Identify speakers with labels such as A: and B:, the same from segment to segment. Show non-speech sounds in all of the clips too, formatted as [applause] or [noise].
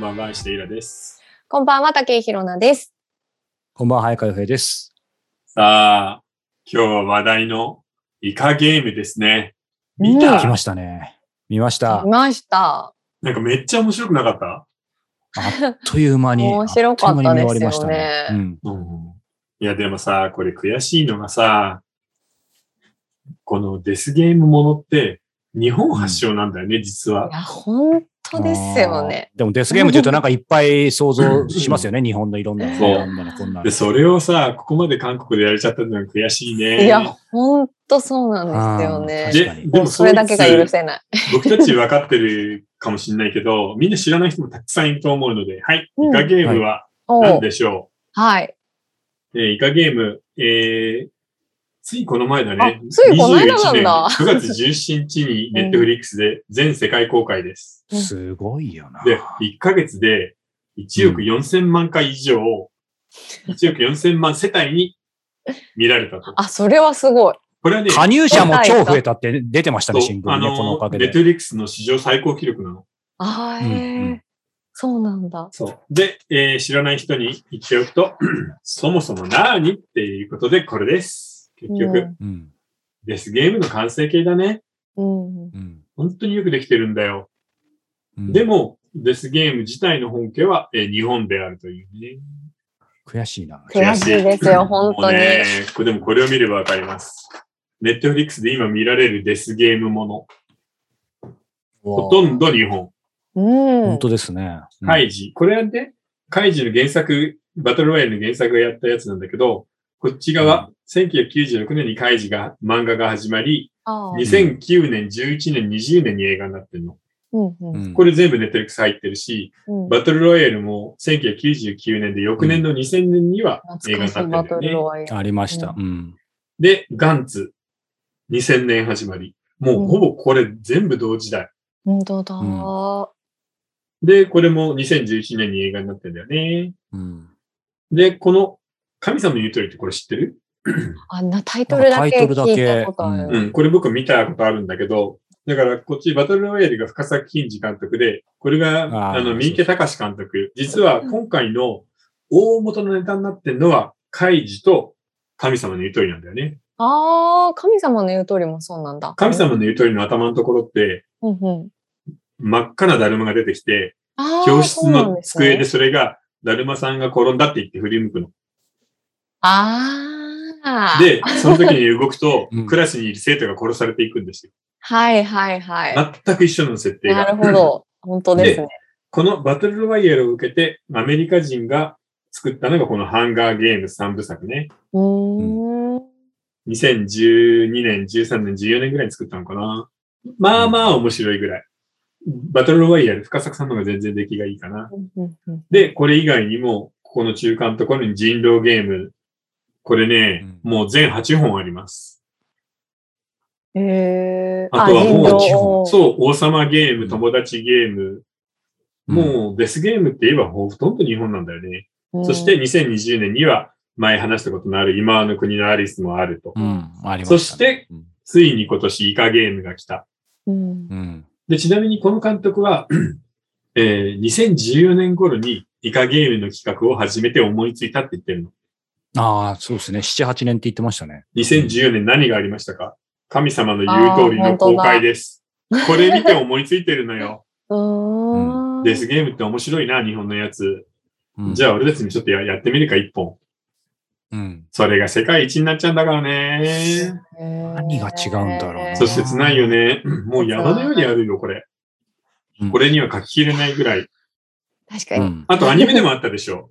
A: ばんは、石田ゆらです。
B: こんばんは、竹井ひろなです。
C: こんばんは、早川洋平です。
A: さあ、今日は話題のイカゲームですね。見
B: うん
A: た
C: 来ましたね。見ました
B: 来。ました。
A: なんかめっちゃ面白くなかった、
C: あっという間に。
B: 面白かったですよね。
C: あという間に見終わりましたね。うん。
A: うん、いや、でもさ、これ悔しいのがさ、このデスゲームものって日本発祥なんだよね、実はい
B: や、本当ですよね。
C: あー。でもデスゲームって言うとなんかいっぱい想像しますよ
B: [laughs]
C: ね。日本のいろんな。
A: そう
C: なんだろこんなの
A: で、。それをさ、ここまで韓国でやれちゃったのが悔しいね。
B: いや、本当そうなんですよね。
A: で
C: 確かに
A: でも
B: それだけが許
A: せ
B: せない。
A: 僕たち分かってるかもしれないけど、みんな知らない人もたくさんいると思うので、はい、
B: うん
A: イカゲームは
B: お
A: 何
B: う
A: でしょう、
B: はい。
A: えーイカゲーム、えーついこの前だね。
B: あついこの間なんだ
A: 21年9月17日にネットフリックスで全世界公開です。
C: すごいよな。
A: で、1ヶ月で1億4000万回以上、1億4000万世帯に見られたと。
B: あ、それはすごい。
A: これはね、
C: 加入者も超増えたって出てましたね、
A: そう
C: 新聞
A: あ
C: にね、このお
A: の、
C: かげ
A: ネッ
C: で
A: ト。フリックスの史上最高記録なの。
B: あー
C: うん
B: へ
C: う
B: え
C: ん。
B: そうなんだ。
A: そう。で、えー知らない人に言っておくと、 [clears throat] そもそも何っていうことでこれです。結局、
C: うん。
A: デスゲームの完成形だね。
B: うん。うん
C: うん
A: 本当によくできてるんだよ。
C: うん
A: でも、デスゲーム自体の本家は、えー日本であるというね。
C: 悔しいな。
B: 悔しいですよ、本
A: も
B: 当
A: う
B: に。
A: ねこれでもこれを見ればわかります。ネットフリックスで今見られるデスゲームもの、ほとんど日本。
B: うん
C: 本。当ですね。うん
A: カイ。ジ。これはね、カイジの原作、バトルロイヤルの原作がやったやつなんだけど、こっち側、1996年にカイジが、漫画が始まり、
B: あー
A: 2009年、11年、20年に映画になってるの。
B: うんうん
C: うん
A: これ全部ネットフリックス入ってるし、
B: うん
A: バトルロイヤルも1999年で翌年の2000年には映画
B: 懐か
A: に
B: しい
A: な
B: バ
A: ってる
B: ト
A: んだ
B: ル
A: よね。
B: ロワイヤル。
C: ありました。うん。
A: で、ガンツ、2000年始まり。もうほぼこれ全部同時代。
B: 本当だ。
A: で、これも2011年に映画になってんだよね。
C: うん
A: で、この神様の言う通りってこれ知ってる
B: あんなタイトルだけ
C: タイトルだけ
B: 聞いたことある。
A: うん、これ僕見たことあるんだけど、だからこっちバトルロイヤルが深作金次監督で、これが
C: あ
A: あ
C: ー、
A: の三池隆監督。実は今回の大元のネタになってるのは、カイジと神様の言う通りなんだよね。
B: ああ、神様の言う通りもそうなんだ。
A: 神様の言う通りの頭のところって、
B: うんうん。
A: 真っ赤なだるまが出てきて、
B: あー
A: 教室の机で。
B: そうなんすね
A: それが、だるまさんが転んだって言って振り向くの。
B: ああ。、
A: で、その時に動くと
C: [laughs] うん
A: クラスにいる生徒が殺されていくんですよ。
B: はいはいはい。
A: 全く一緒の設定が。
B: なるほ [laughs] ど。本当ですね。
A: このバトルロワイヤルを受けて、アメリカ人が作ったのがこのハンガーゲーム3部作ね。
B: うーん。
A: 2012年、13年、14年ぐらいに作ったのかな。まあまあ面白いぐらい。バトルロワイヤル、深作さんの方が全然出来がいいかな。
B: うんうんうん
A: で、これ以外にも、ここの中間のところに人狼ゲーム。これね、
C: う
A: もう全8本あります。
B: へえ。
A: あとはもう
C: 基
B: 人
C: 本
B: 狼
A: そう、王様ゲー
C: う
A: ム、
C: ん
A: 友達ゲーム。もうデスゲームって言えばほとんど日本なんだよね。
B: うん
A: そして、2020年には前話したことのある今の国のアリスもあると。
C: うん。ありました
A: そ
C: ね
A: して、
C: うん
A: ついに今年イカゲームが来た。
B: うん
C: うん。
A: で、ちなみにこの監督は、 [clears throat] えー2014年頃にイカゲームの企画を始めて思いついたって言ってるの。
C: ああ、そうですね。7、8年って言ってましたね。
A: 2014年何がありましたか神様の言う通りの公開です。これ見て思いついてるの
B: [laughs]
A: よ。
B: うーん。
A: デスゲームって面白いな、日本のやつ。じ
C: ゃ
A: ゃあ俺たちにちょっとややってみるか、一本。
C: うん。
A: それが世界一になっちゃうんだからね。
B: へー
C: 何が違うんだろうな
A: そう切ないよね。もう山のようにあるよ、これ
C: うん。
A: これには書ききれないぐらい。
B: 確か
C: う
B: に。
C: ん。
A: あとアニメでもあったでしょ。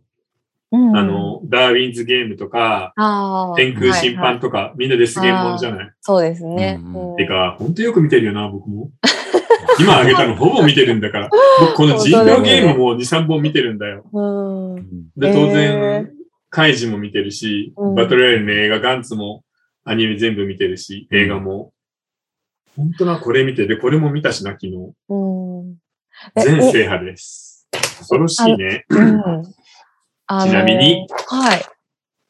B: うん
A: あ、の、ダーウィンズゲームとか、
B: ああ。
A: 天空審
B: はいはい
A: 判とか、みんなデスゲームもんじゃない。
B: そうですね。
C: うん
A: てか、ほんとよく見てるよな、僕も。今あげたのほぼ見てるんだから。僕この人狼ゲームも2、3本見てるんだよ。
B: うん。う
C: うんん
A: で、当
B: へ
A: 然、カイジも見てるし、
B: うん
A: バトルロイヤルの映画、ガンツもアニメ全部見てるし、映画も。ほんとな、これ見てる。これも見たしな、昨日。
B: うん。え
A: 全制覇です。恐ろしいね。
B: うんあの
A: ちなみに。
B: はい。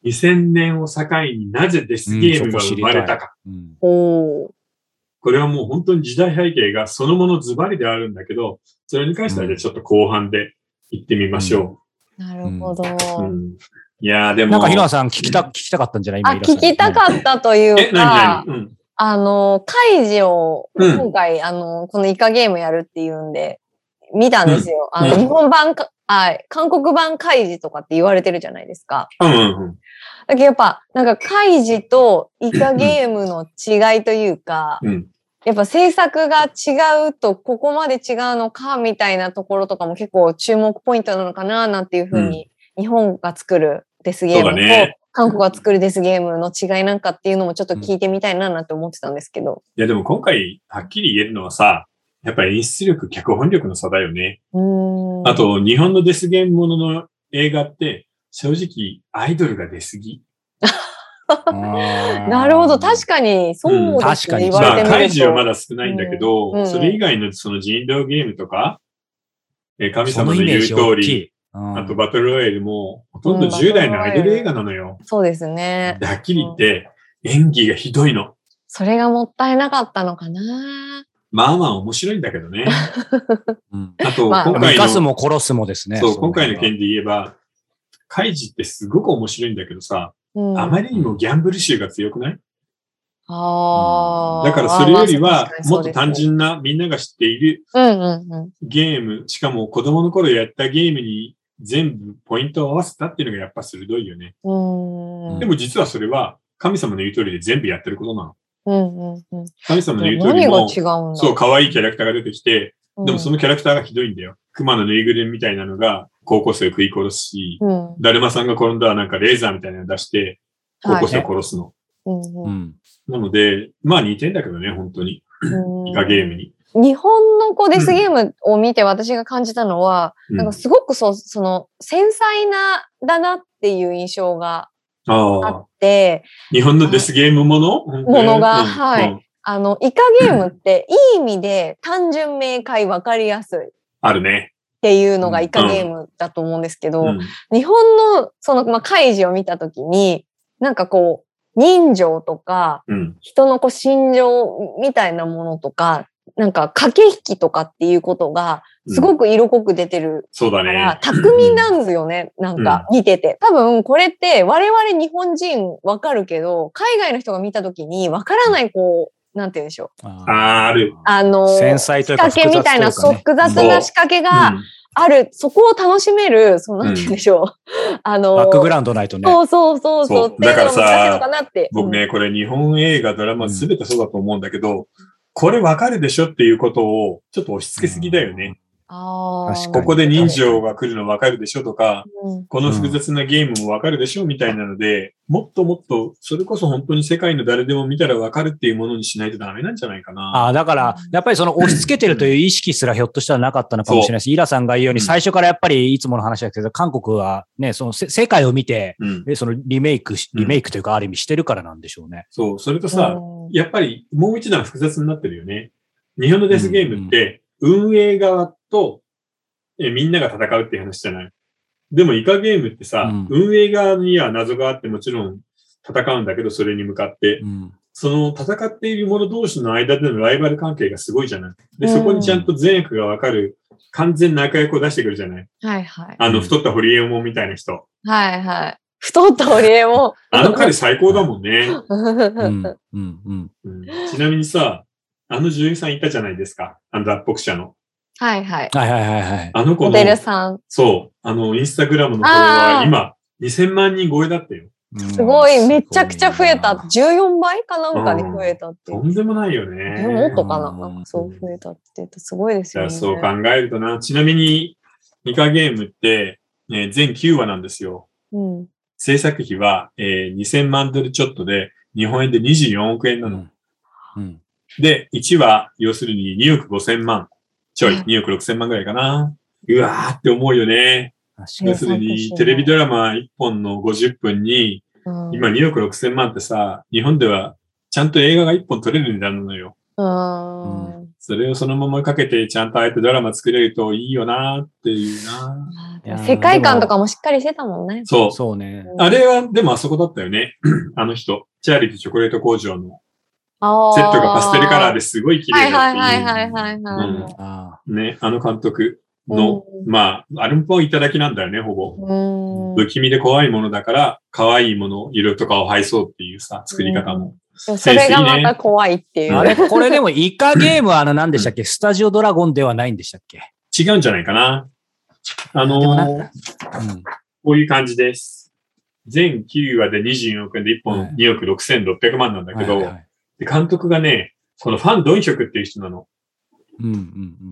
A: 2000年を境になぜデスゲームが生まれたか。
C: うん
B: おお。
A: これはもう本当に時代背景がそのものズバリであるんだけど、それに関してはね
C: うん
A: ちょっと後半で行ってみましょ
B: なるほど。
A: う。うんいやーでも。
C: なんか、ひなさん聞きた、聞きたかったんじゃない
B: あ、聞きた
C: っ
B: かったとい
A: え、
B: う
A: な
B: か
A: に、なにうん。
B: あの、カイジを、
A: うん
B: 今回、あの、このイカゲームやるっていうんで、見たんですよ。
A: ん
B: あの、
A: うん
B: 日本版か、あ、韓国版カイジとかって言われてるじゃないですか。
A: うんうんうん。
B: だけどやっぱ、なんかカイジとイカゲームの違いというか、
A: うん
B: やっぱ制作が違うと、ここまで違うのか、みたいなところとかも結構注目ポイントなのかな、なんていうふうに、日本が作るデスゲーム
A: そうだ
B: と、
A: ね
B: 韓国が作るデスゲームの違いなんかっていうのもちょっと聞いてみたいな、なんて思ってたんですけど。
A: いや、でも今回、はっきり言えるのはさ、やっぱり演出力、脚本力の差だよね。
B: うーん
A: あ、と、日本のデスゲームものの映画って、正直、アイドルが出すぎ。
C: た。
B: な
C: な
B: るほど。確かに、そうですね。
C: うん確かに
B: 言わ
A: ま
B: れ
A: あ、
B: てみると。
A: カイジはまだ少ないんだけど、
B: うんうん
A: それ以外のその人狼ゲームとか、えー神
C: そ
A: 様
C: の
A: の
C: イメ
A: 言う
C: ージ
A: 通
C: 大き
A: り、
C: い。うん
A: あとバトルロイヤルも、ほとんど
B: うん
A: 10代のアイドル映画なのよ。
B: そうですね。
A: ではっきり言って、演技がひどいの。
B: それがもったいなかったのかな。
A: まあまあ面白いんだけど
B: [laughs]
A: ね。
C: うん
A: あと、
B: まあ
A: 今
C: でも生
A: 回
C: かす
A: の、
C: も殺すもですね。
A: そう、
C: の
A: 今回の件で言えば、カイジってすごく面白いんだけどさ、
B: うん、
A: あまりにもギャンブル臭が強くない
B: あー
A: だからそれより
B: まあまあ
A: は
B: 確か、に
A: も
B: そう
A: っと
B: ですね
A: 単純な、みんなが知っている
B: うんうんうん。
A: ゲーム、しかも子供の頃やったゲームに全部ポイントを合わせたっていうのがやっぱ鋭いよね。
B: うーん
A: でも実はそれは神様の言う通りで全部やってることなの。
B: うんうんうん。
A: 神様の言う通
B: 何
A: り
B: が違
A: も、
B: うんだ
A: そう、可愛いキャラクターが出てきて、でもそ
B: の、
A: のキャラクターがひどいんだよ。熊のぬいぐるみみたいなのが高校生を食い殺すし、
B: うん。
A: だるまさんが今度はなんかレーザーみたいなの出して、高校生を殺すの。
B: うんう
C: うんん。
A: なので、まあ似てんだけどね、本当に。
B: うん
A: イカゲームに。
B: 日本のこうデスゲームを見て私が感じたのは、
A: うん
B: なんかすごくそう、その、繊細な、だなっていう印象があ
A: ああ
B: っ。て、
A: 日本のデスゲームもの
B: ものがは。い
A: うんうん
B: あの、イカゲームって、いい意味で単純明快わかりやすいっ
A: あるね。
B: ていうのが
C: うん
B: イカゲームだと思うんですけど、
A: うん
B: 日本のその、まあ、開示を見たときに、なんかこう、人情とか、
A: うん。
B: 人のこう心情みたいなものとか、なんか駆け引きとかっていうことが、す
A: うん
B: ごく色濃く出てる
A: そうだ
B: から、
A: ね。
B: 巧みなんですよね、なんか見てて。多分これって我々日本人わかるけど、海外の人が見たときにわからないこう、なんて言うんでしょう。
A: ある
B: あの、
C: 繊細というか
B: 仕掛けみたいな、
C: 複雑と
B: 複雑
C: いうかね
B: な仕掛け
A: う
B: が
A: ん
B: ある、そこを楽しめる、その、なんて言うんでしょう。 [laughs] あの、
C: バックグラウンドないとね。
B: そうそうそうそう。
A: そう
B: っていうの
A: だから
B: も
A: さ
B: 難しいのかなって。
A: 僕ね、これ日本映画、ドラマ全てそうだと思うんだけど、これわかるでしょっていうことをちょっと押し付けすぎだよね。
B: あー
C: 確か
A: こ
C: に
A: こで人情が来るのわかるでしょとか、
B: うん
A: この複雑なゲームもわかるでしょみたいなので、もっともっと、それこそ本当に世界の誰でも見たらわかるっていうものにしないとダメなんじゃないかな。
C: ああ、だから、やっぱりその押し付けてるという意識すらひょっとしたらなかったのかもしれないし、イラさんが言うように
A: うん
C: 最初からやっぱりいつもの話だけど、韓国はね、そのせ世界を見て、
A: うん。
C: でそのリメイクし、
A: うん
C: リメイクというかある意味してるからなんでしょうね。
A: そう。それとさ、
B: うん
A: やっぱりもう一段複雑になってるよね。日本のデスゲームって、運営側と、えみんなが戦うっていう話じゃない。でもイカゲームってさ、
C: うん
A: 運営側には謎があってもちろん戦うんだけど、それに向かって、
C: うん。
A: その戦っている者同士の間でのライバル関係がすごいじゃない。で、
B: うん
A: そこにちゃんと善悪がわかる、完全な悪役を出してくるじゃない。
B: はいはい。
A: あ
C: う
A: の、
C: ん
A: 太ったホリエモンみたいな人。
B: はいはい。太った堀江も。
A: あの彼最高だもんね。
C: うん。うん。うん。
A: うんちなみにさ、あの女優さんいたじゃないですか。あの脱北者の。
B: はいはい。
C: はいはいはいはい。
A: あの子
B: モ
A: の、
B: デルさん。
A: そう、あの、インスタグラムのフォロワー、
B: あー
A: 今、2000万人超えだったよ。
B: すご
C: う
B: い、
C: ん
B: めちゃくちゃ増えた。
C: すごいな
B: 14倍かなんかで増えたってい
A: と
B: う。
A: んでもないよ
B: えもっ
A: ね。
B: とかな。
C: うん
B: なんかそう増えたって言うとすごいです
A: じ
B: よ
A: ゃ
B: ね。
A: あそう考えるとな。ちなみに、イカゲームって、えー全9話なんですよ。
B: うん。
A: 制作費は、えー2000万ドルちょっとで、日本円で24億円なの。
C: うん。
A: で、1話、要するに2億5000万。ちょい、
B: うん
A: 2億6000万ぐらいかな。うわーって思うよね。
C: 確か
B: え
A: 要
B: ー
A: する
B: 参
A: に、
B: 考
A: テレビドラマ1本の50分に、
B: うん
A: 今2億6000万ってさ、日本ではちゃんと映画が1本撮れる値段なのよ。
B: うん。
A: それをそのままかけて、ちゃんとああやってドラマ作れるといいよなっていうな。
B: ま
C: いや
B: あ
C: ー
B: 世界観とかもしっかりしてたもんね。
A: そ
C: に。
A: う。
C: そうね。
A: あれは、でもあそこだったよね。 [clears throat] あの人。チャーリーとチョコレート工場の
B: あー
A: セットがパステルカラーですごい綺
B: は
A: 麗
B: いは
A: だっ
B: い
A: ていう。
B: はいはいはいは
A: う
B: い。
A: ん
C: ああ。
A: ね、あの監督。の、まあ、あれもいただきなんだよね、ほぼ。
B: うん。
A: 不気味で怖いものだから、可愛いもの、色とかを配そうっていうさ、作り方も。
B: でもそれがまた怖いっていう。
C: あれ、これでもイカゲームはあの何でしたっけスタジオドラゴンではないんでしたっけ
A: 違うんじゃないかな。あの
C: でもな
A: ー
C: うん。
A: こういう感じです。全9話で24億円で1
C: は
A: 本
C: い
A: 2億6600万なんだけど、
C: はいはい
A: で監督がね、このファン・ドンヒョクっていう人なの。
C: うんうんう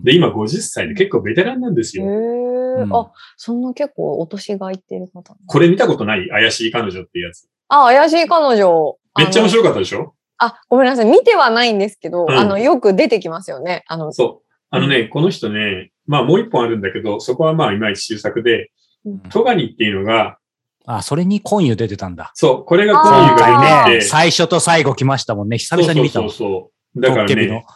C: ん
A: で、今50歳で結構ベテランなんです
B: へ
A: よ。
B: ー
C: うん
B: あ、そんな結構お年がいってる方。
A: これ見たことない怪しい彼女っていうやつ。
B: あ、怪しい彼女。
A: めっちゃ面
B: い。
A: 白かったでしょ
B: あ、ごめんなさい。見てはないんですけど、
A: うん
B: あの、よく出てきますよね。あの、
A: そう。あのね、この人ね、まあもう一本あるんだけど、そこはまあいまいち終作で
B: うん、
A: トガニっていうのが、
C: あ、それにコンユ出てたんだ。
A: そう、これがコン
B: あー
A: ユが
C: 今
A: 出
C: 回
A: て
C: ね、
A: きて、
C: 最初と最後来ましたもんね。久々に見た
A: そ
C: も。
A: うんそうそう。だから
C: ドッキリの
A: ね、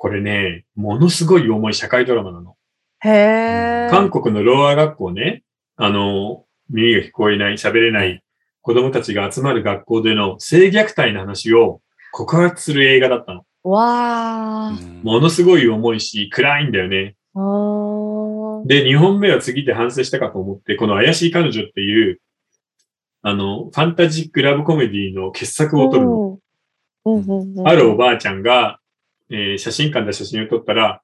A: これね、ものすごい重い社会ドラマなの。
B: へえ。
A: 韓国のローア学校ね、あの、耳が聞こえない、喋れない子供たちが集まる学校での性虐待の話を告発する映画だったの。
B: わー
C: うん
A: ものすごい重いし、暗いんだよね。
B: あー。
A: で、2本目は次で反省したかと思って、この怪しい彼女っていう、あの、ファンタジックラブコメディの傑作を撮るの。
B: うんうんうん
A: あるおばあちゃんが、えー写真館で写真を撮ったら、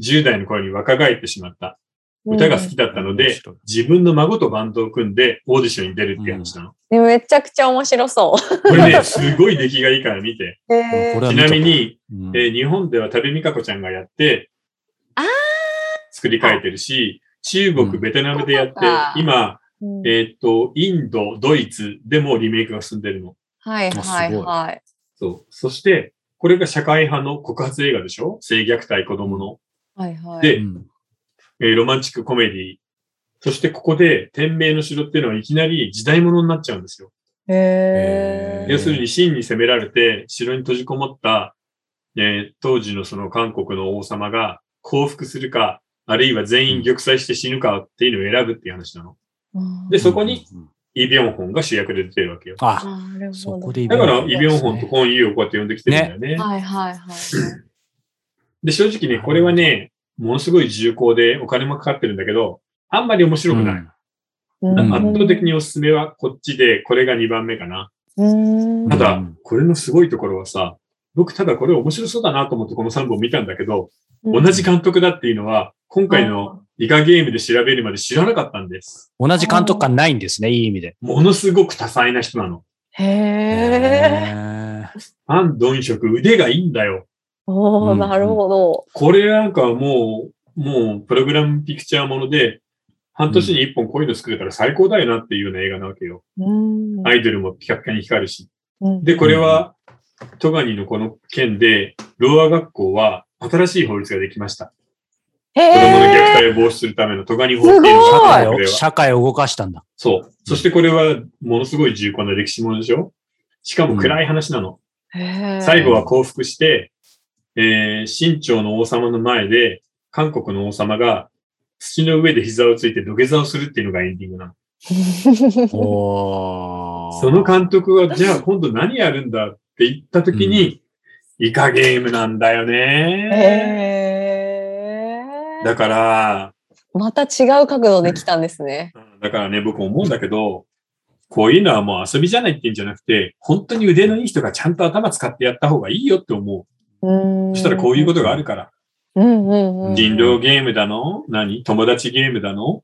A: 10代の頃に若返ってしまった。歌が好きだったの
C: 面
A: で、
C: 白い
A: 自分の孫とバンドを組んでオーディションに出るっていう話なの。
B: うんめちゃくちゃ面白そ
A: これね、すごい出来がいいから見て。
B: う。へ
C: こ
B: え
C: れ。は
A: ち
C: 見た
A: なみに、
C: うん
A: えー日本では多部未華子ちゃんがやって、
B: あー
A: 作り変えてるし、中国、
C: うん
A: ベトナムでやって
B: そうか、
A: 今、
B: うん
A: えーっと、インド、ドイツでもリメイクが進んでるの。
B: はいはいはい。
A: そう。そして、これが社会派の告発映画でしょ性虐待子供の、
B: はいはい。
A: で
C: うん
A: えーロマンチックコメディ。そしてここで、天命の城っていうのはいきなり時代物になっちゃうんですよ。
B: へ
C: へー
A: 要するに真に攻められて、城に閉じこもった、えー当時のその韓国の王様が降伏するか、あるいは全員玉砕して死ぬかっていうのを選ぶっていう話なの。で、そこに、
C: うん
A: イ・ビョンホンが主役で出てるわけよ。
C: あ、
B: なる
C: そ
B: ほど
C: こ。でイ
A: だから、イ・
C: ベ
A: ビ
C: ン
A: ョンホ
C: トなん
A: ン
C: ですね
A: とコン・ユーをこうやって呼んできてるんだよね。
B: はいはいはい。
A: で、正直ね、これはね、ものすごい重厚でお金もかかってるんだけど、あんまり面白くない。
B: うん
C: うん
A: 圧倒的におすすめはこっちで、これが2番目かな。
B: うん
A: た
C: う
A: だ
C: ん、
A: これのすごいところはさ、僕ただこれ面白そうだなと思ってこの3本見たんだけど、同じ監督だっていうのは、今回のイカゲームで調べるまで知らなかったんです。
C: 同じ監督感ないんですね、いい意味で。
A: ものすごく多彩な人なの。
B: へえ。
C: へー
A: アン・ドンショク、腕がいいんだよ。
B: お
C: う
B: お、
C: ん
B: なるほど。
A: これなんかはもう、もう、プログラムピクチャーもので、半年に1本こういうの作れたら最高だよなっていうような映画なわけよ。
B: うん
A: アイドルもピカピカに光るし。
B: うん
A: で、これは、トガニのこの件で、ローア学校は新しい法律ができました。
B: へ
A: 子供の虐
B: え。
A: 待を防止するためのトガニ法っていうの
B: すごい
A: があるん
C: 社会
A: だ
C: を
A: よ
C: 社会を動かしたんだ。
A: そう。そしてこれはものすごい重厚な歴史ものでしょしかも暗い話なの。
B: へー
A: 最後は降伏して、えー、清朝の王様の前で、韓国の王様が土の上で膝をついて土下座をするっていうのがエンディングな
C: お
A: の。
C: ー
A: その監督は、
B: [laughs]
A: じゃあ今度何やるんだって言った時に、イカゲームなんだよね。
B: [laughs] へー
A: だから、
B: また違う角度できたんですね。
A: うんだからね、僕思うんだけど、こういうのはもう遊びじゃないって言うんじゃなくて、本当に腕のいい人がちゃんと頭使ってやった方がいいよって思う。
B: そ
A: そしたらこういうことがあるから。
B: うんうんうん。
A: 人狼ゲームだの何友達ゲームだの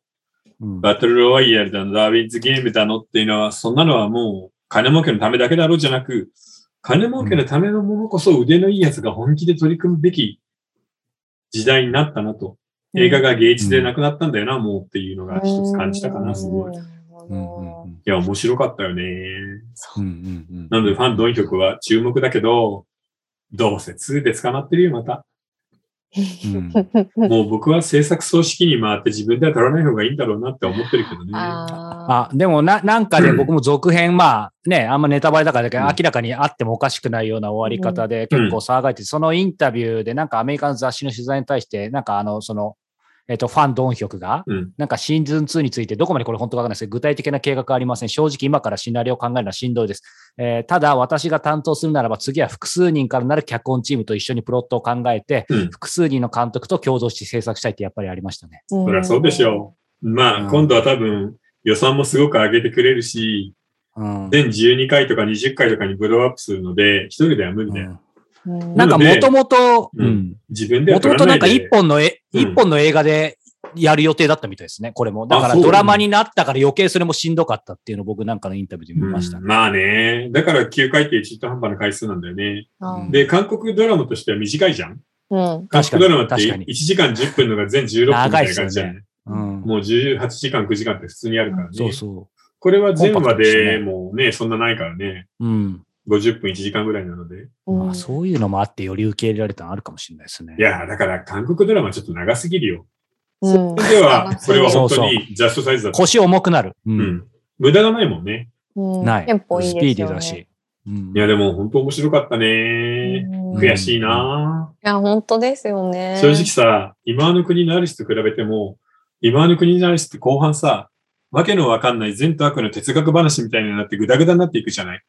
C: うん
A: バトルロワイヤルだのダーウィンズゲームだのっていうのは、そんなのはもう金儲けのためだけだろうじゃなく、金儲けのためのものこそ腕のいいやつが本気で取り組むべき時代になったなと。映画が芸術でなくなったんだよな、もうっていうのが一つ感じたかな、すごい。
B: う
A: い
B: んなるほ
C: う
B: ど
C: んうんうん
A: や、面白かったよね。
C: うんうんう
A: なんのでファンドン曲は注目だけど、どうせ2で捕まってるよ、また。
C: うん
A: もう僕は制作総指揮に回って自分では取らない方がいいんだろうなって思ってるけどね。
B: あ
C: あ、でもな、なんかね、僕も続編、まあね、あんまネタバレだからだけど、
A: うん
C: 明らかにあってもおかしくないような終わり方で結構騒がれて、そのインタビューでなんかアメリカの雑誌の取材に対して、なんかあの、その、えっと、ファン・ドンヒョクが、
A: うん
C: なんかシーズン2について、どこまでこれ本当かわかんないですけど具体的な計画はありません。正直今からシナリオを考えるのはしんどいです。えーただ、私が担当するならば、次は複数人からなる脚本チームと一緒にプロットを考えて、
A: うん
C: 複数人の監督と共同して制作したいってやっぱりありましたね。
B: そ
A: そりゃそうでしょう。ま
C: う
A: あ、
C: ん
A: 今度は多分予算もすごく上げてくれるし、
C: うん。
A: 全12回とか20回とかにブローアップするので、一人では無理
C: う
A: だよ。
C: ん
B: う。
C: なんかもともと、
A: うん
C: うん
A: 自分では
C: も
A: 撮
C: とも
A: ら
C: と
A: な
C: ないんか
A: で。
C: 一本のえ、
A: うん
C: 一本の映画でやる予定だったみたいですね、これも。だか
A: あ
C: ら
A: そう
C: ドラマになったから余計それもしんどかったっていうのを僕なんかのインタビューで見ました
A: う
C: ね。
A: んまあね。だから9回って中途半端な回数なんだよね。
B: うん
A: で、韓国ドラマとしては短いじゃん
B: うん。
A: 韓
C: 確かに
A: 国ドラマって
C: 確かに
A: 1時間10分のが全16分みたいな感じじゃない、
C: うん
A: もう18時間9時間って普通にあるからね。
C: そうそ
A: これは全
C: コンパ
A: 話
C: クトですね
A: でもうね、そんなないからね。
C: う。うん。
A: 50分1時間ぐらいなので。
B: うん
C: まあそういうのもあってより受け入れられたのあるかもしれないですね。
A: いやー、だから韓国ドラマちょっと長すぎるよ。
B: うん
A: それでは、これは
C: そう
A: 本
C: そう
A: 当にジャストサイズだった。
C: 腰重くなる。う。
A: うんん。無駄がないもんね。
B: うん
C: ない。
B: テンポいい
C: ス
B: ですよ、ね。
C: ピーディーだし。うん
A: いや、でも本当面白かったね。
B: うん。
C: ん
B: い
A: 悔しいな
B: や、本当ですよ
A: ー
B: ね。
A: 正直さ、今の国のアリスと比べても、今の国のアリスって後半さ、わけのわかんない善と悪の哲学話みたいになってグダグダになっていくじゃない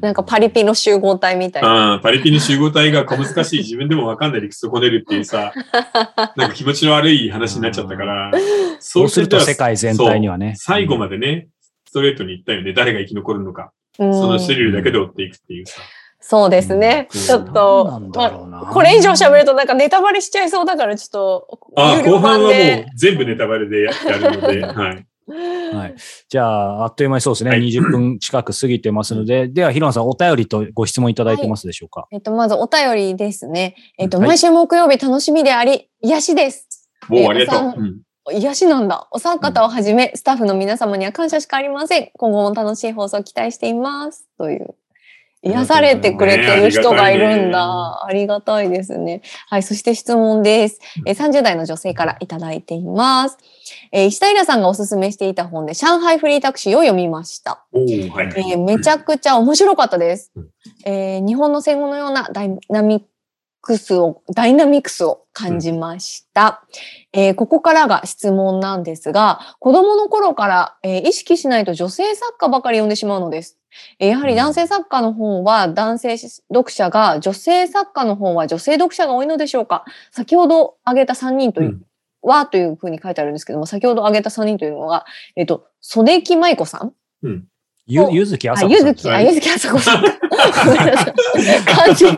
B: なんかパリピの集合体みたいな。
A: うん、パリピの集合体が小難しい自分でもわかんない理屈をこねるっていう
B: [laughs]
A: さ、なんか気持ちの悪い話になっちゃったから、
C: そうすると世
A: そう
C: 界全体にはね。
A: 最後ま
C: で。
A: でね、ストレートに行ったよね。誰が生き残るのか。
B: うん
A: そのスリルだけで追っていくっていうさ。
B: そうですね。
A: うん
B: ちょっと、
C: なんだろうな
B: まあこれ以上喋るとなんかネタバレしちゃいそうだから、ちょっと、
A: あー
B: 有料
A: 後半はもう
B: 版で
A: 全部ネタバレでやるの
B: [laughs]
A: で、はい。
C: はい。じゃあ、あっという間にそうですね。
A: はい
C: 20分近く過ぎてますので、では、ヒロンさん、お便りとご質問いただいてますでしょうか。
B: えっと、まずお便りですね。えっと、
C: はい
B: 毎週木曜日楽しみであり、癒しです。
A: もうありがと
B: お
A: う。うん
B: 癒しなんだ。お三方をはじめ、スタッフの皆様には感謝しかありません。今後も楽しい放送を期待しています。という。癒されてくれてる人がいるんだ。ありがたいですね。はい。そして質問です。えー30代の女性からいただいています。えー石平さんがおすすめしていた本で、上海フリータクシーを読みました。
A: おーはい。
B: えーめちゃくちゃ面白かったです
A: うん。
B: えー日本の戦後のようなダイナミックスを、ダイナミクスを感じました。えーここからが質問なんですが、子供の頃から、えー意識しないと女性作家ばかり読んでしまうのです。えーやはり男性作家の方は男性読者が、女性作家の方は女性読者が多いのでしょうか先ほど挙げた3人という、
A: うん
B: はというふうに書いてあるんですけども、先ほど挙げた3人というのが、えっ、と、袖木舞子さん
C: ゆ
B: お
C: ゆずきあ
B: あ、
C: さこ
B: ゆ
C: さ
B: ず
C: ん。
B: き、
A: は
B: あ、
A: い
B: ゆずきあさこ
A: [laughs]
B: さん。ごめんなさい漢字、漢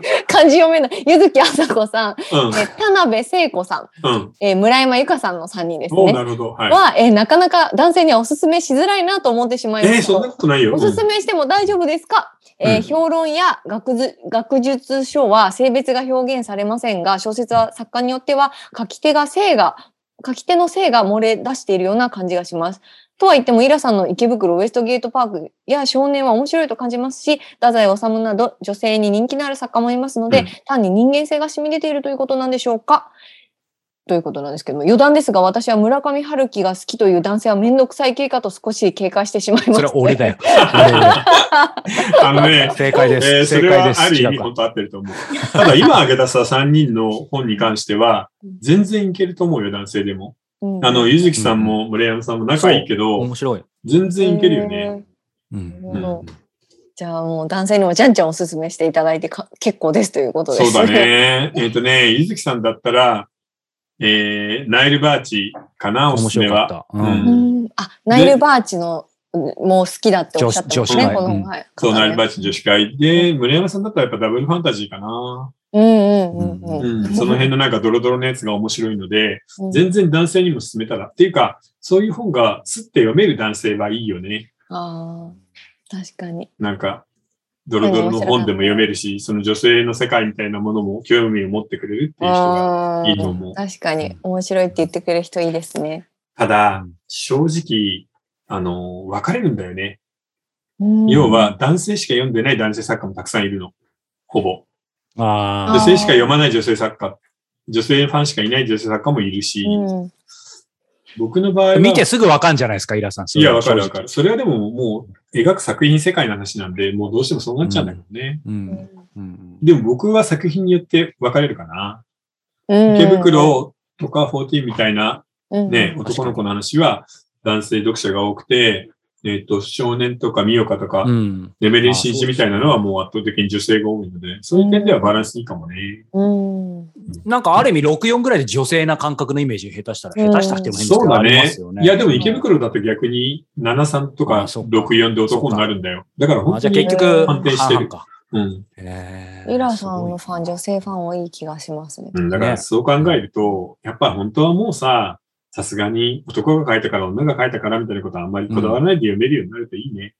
B: 字読めない。ゆずきあさこさん、
A: うん
B: え田辺聖子さん、
A: うん。
B: えー村山由香さんの3人です
A: おー
B: ね。
A: なるほど。はい。
B: は、えーなかなか男性にはおすすめしづらいなと思ってしまいま
A: えー、
B: した。
A: そんなことないよ。
B: おすすめしても大丈夫ですか、えー
A: うん
B: 評論や学術学術書は性別が表現されませんが、小説は作家によっては書き手が性が、書き手の性が漏れ出しているような感じがします。とは言っても、イラさんの池袋ウエストゲートパークや少年は面白いと感じますし、太宰治など女性に人気のある作家もいますので、
A: うん
B: 単に人間性が染み出ているということなんでしょうかということなんですけども、余談ですが、私は村上春樹が好きという男性は面倒くさい系かと少し警戒してしまいました。
C: うんそれは俺だよ。
A: あのね、
B: [laughs]
C: 正解で
A: えー
C: す。
A: そ
C: 正
A: れ
C: 解
A: は
C: です。
A: ある意味
C: 違うか
A: 本当合ってると思う。ただ今挙げたさ、3人の本に関しては
B: うん、
A: 全然いけると思うよ、男性でも。
B: うん
A: あの、ゆずきさんも村山さんも仲いいけど、
C: 面白い。
A: 全然いけるよね。
C: う
B: へ
C: ん
B: ー
A: う
B: なる
A: ん
B: ほどじゃあもう男性にもじゃんじゃんおすすめしていただいてか結構ですということで
A: そ
B: す。
A: うだ。ね。 [laughs] えっとね、ゆずきさんだったら、えーナイルバーチかな、お
C: 面
A: すすめ
C: 白
A: は。
C: かっ
A: う
B: [laughs]
C: た。
B: うんん、あ、ナイルバーチのうんもう好きだっておっしゃってましたね、
A: 女子
B: この、
C: うん
B: はい
A: そう、ナイルバ
B: ーチ。
A: ーチ女子会で、村山さんだったらやっぱダブルファンタジーかな。
B: うんうんうん
A: う
B: うん
A: ん、その辺のなんかドロドロのやつが面白いので、
B: うん。
A: 全然男性にも勧めたら。っていうか、そういう本がすって読める男性はいいよね。
B: ああ、確かに。
A: なんか、ドロドロの本でも読めるし、その女性の世界みたいなものも興味を持ってくれるっていう人が
B: あ
A: いいと思う
B: ー。確かに面白いって言ってくれる人いいですね。
A: た
C: う
A: だ
C: ん、
A: 正直、あの、分かれるんだよね。
B: うん
A: 要は、男性しか読んでない男性作家もたくさんいるの。ほぼ。
C: あ
A: 女
C: あ。
A: 性しか読まない女性作家。女性ファンしかいない女性作家もいるし、
B: うん
A: 僕の場合は、
C: 見てすぐわかんじゃないですか、イラさん。
A: いや、わかるわか
C: る。
A: る。それはでももう、描く作品世界の話なんで、もうどうしてもそうなっちゃうんだけどね。
C: うん。うん
A: でも僕は作品によって分かれるかな。
B: うん
A: 池袋をとか14みたいな
B: うん
A: ね、
C: ん
A: 男の子の話は男性読者が多くて、えっ、と、少年とかミオカとか、
C: うん。
A: レベリー新一みたいなのはもう圧倒的に女性が多いので、そういう点ではバランスいいかもね。
B: うん。
C: なんかある意味64ぐらいで女性な感覚のイメージ下手したら、下手したっても変です
A: そ
C: け
A: う
C: ど、
A: だ
C: ありま
A: ね
C: すよ。
A: いや、
C: ね。
A: でも池袋だと逆に73とか
C: あそうか
A: 64で男になるんだよ。だから
C: あ
A: 本当
C: じゃあ
A: に
C: 結、局、
A: 安定してる
C: 半々か。
A: うん。
C: えー
B: イラさんの
C: す
B: フ
C: ご
B: ァ
C: い
B: ン、女性ファン多い気がしますね。
A: うん、だから
C: ね
A: そう考えると、やっぱ本当はもうさ、さすがに男が書いたから女が書いたからみたいなことはあんまりこだわらないで読めるようになるといいね。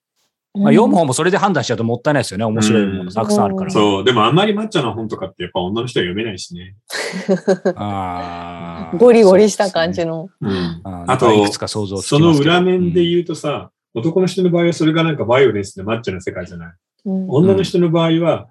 C: まあ、読む
B: うん
C: 方もそれで判断しちゃうともったいないですよね。面白いものたくさんあるから。
A: そう、でもあんまりマッチョな本とかってやっぱ女の人は読めないしね。
C: あー
B: [laughs] ゴリゴリした感じの。
A: うん。
C: あ
A: あ
C: あ
A: と
C: と、いくつか想像つき
A: その
C: ますけど
A: 裏面で言うとさ、男の人の場合はそれがなんかバイオレンスでマッチョな世界じゃない。
B: うん
A: 女の人の場合は、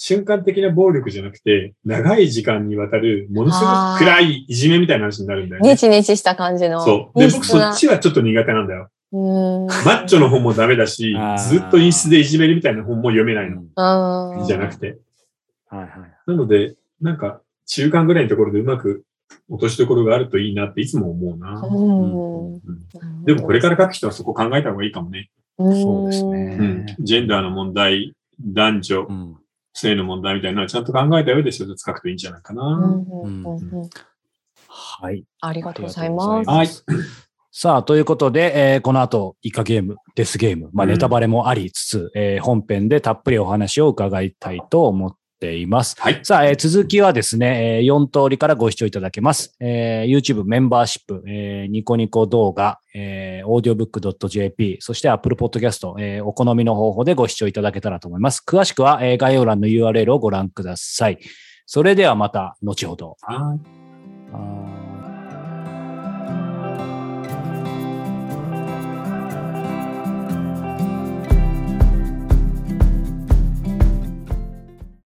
A: 瞬間的な暴力じゃなくて、長い時間にわたる、ものすご
B: あ
A: く
B: ー
A: 暗いいじめみたいな話になるんだよ
B: ネ
A: ね。
B: チネチした感じの。
A: そう。で、
B: 陰
A: 僕
B: 湿
A: そ
B: な
A: っちはちょっと苦手なんだよ。
B: うん。
A: マッチョの本もダメだし
C: あー、
A: ずっと陰湿でいじめるみたいな本も読めな
C: う
A: いの。
C: ん
B: うん。
A: じゃなくて。
C: はいはい。
A: なので、なんか、中間ぐらいのところでうまく落としどころがあるといいなっていつも思うな。
B: うん
A: うんでもこれから書く人はそこ考えた方がいいかもね。
C: そうですね
A: う。んジェンダーの問題、男女
C: う、ん
A: 性の問題みたいなのはちゃんと考えた上で小説書くといいんじゃないか
B: うん
A: な。
B: うんうんうん
C: はい。
B: ありがとうございます。
A: はい。
C: [laughs] さあ、ということで、えーこの後、イカゲーム、デスゲーム、まあ、
A: うん
C: ネタバレもありつつ、えー本編でたっぷりお話を伺いたいと思っています。
A: はい。
C: さあ、えー続きはですね、え4通りからご視聴いただけます。えー YouTube メンバーシップ、えーニコニコ動画、えー audiobook.jp、そして Apple Podcast、えーお好みの方法でご視聴いただけたらと思います。詳しくは、えー概要欄の URL をご覧ください。それではまた後ほど。
A: はい
C: はーい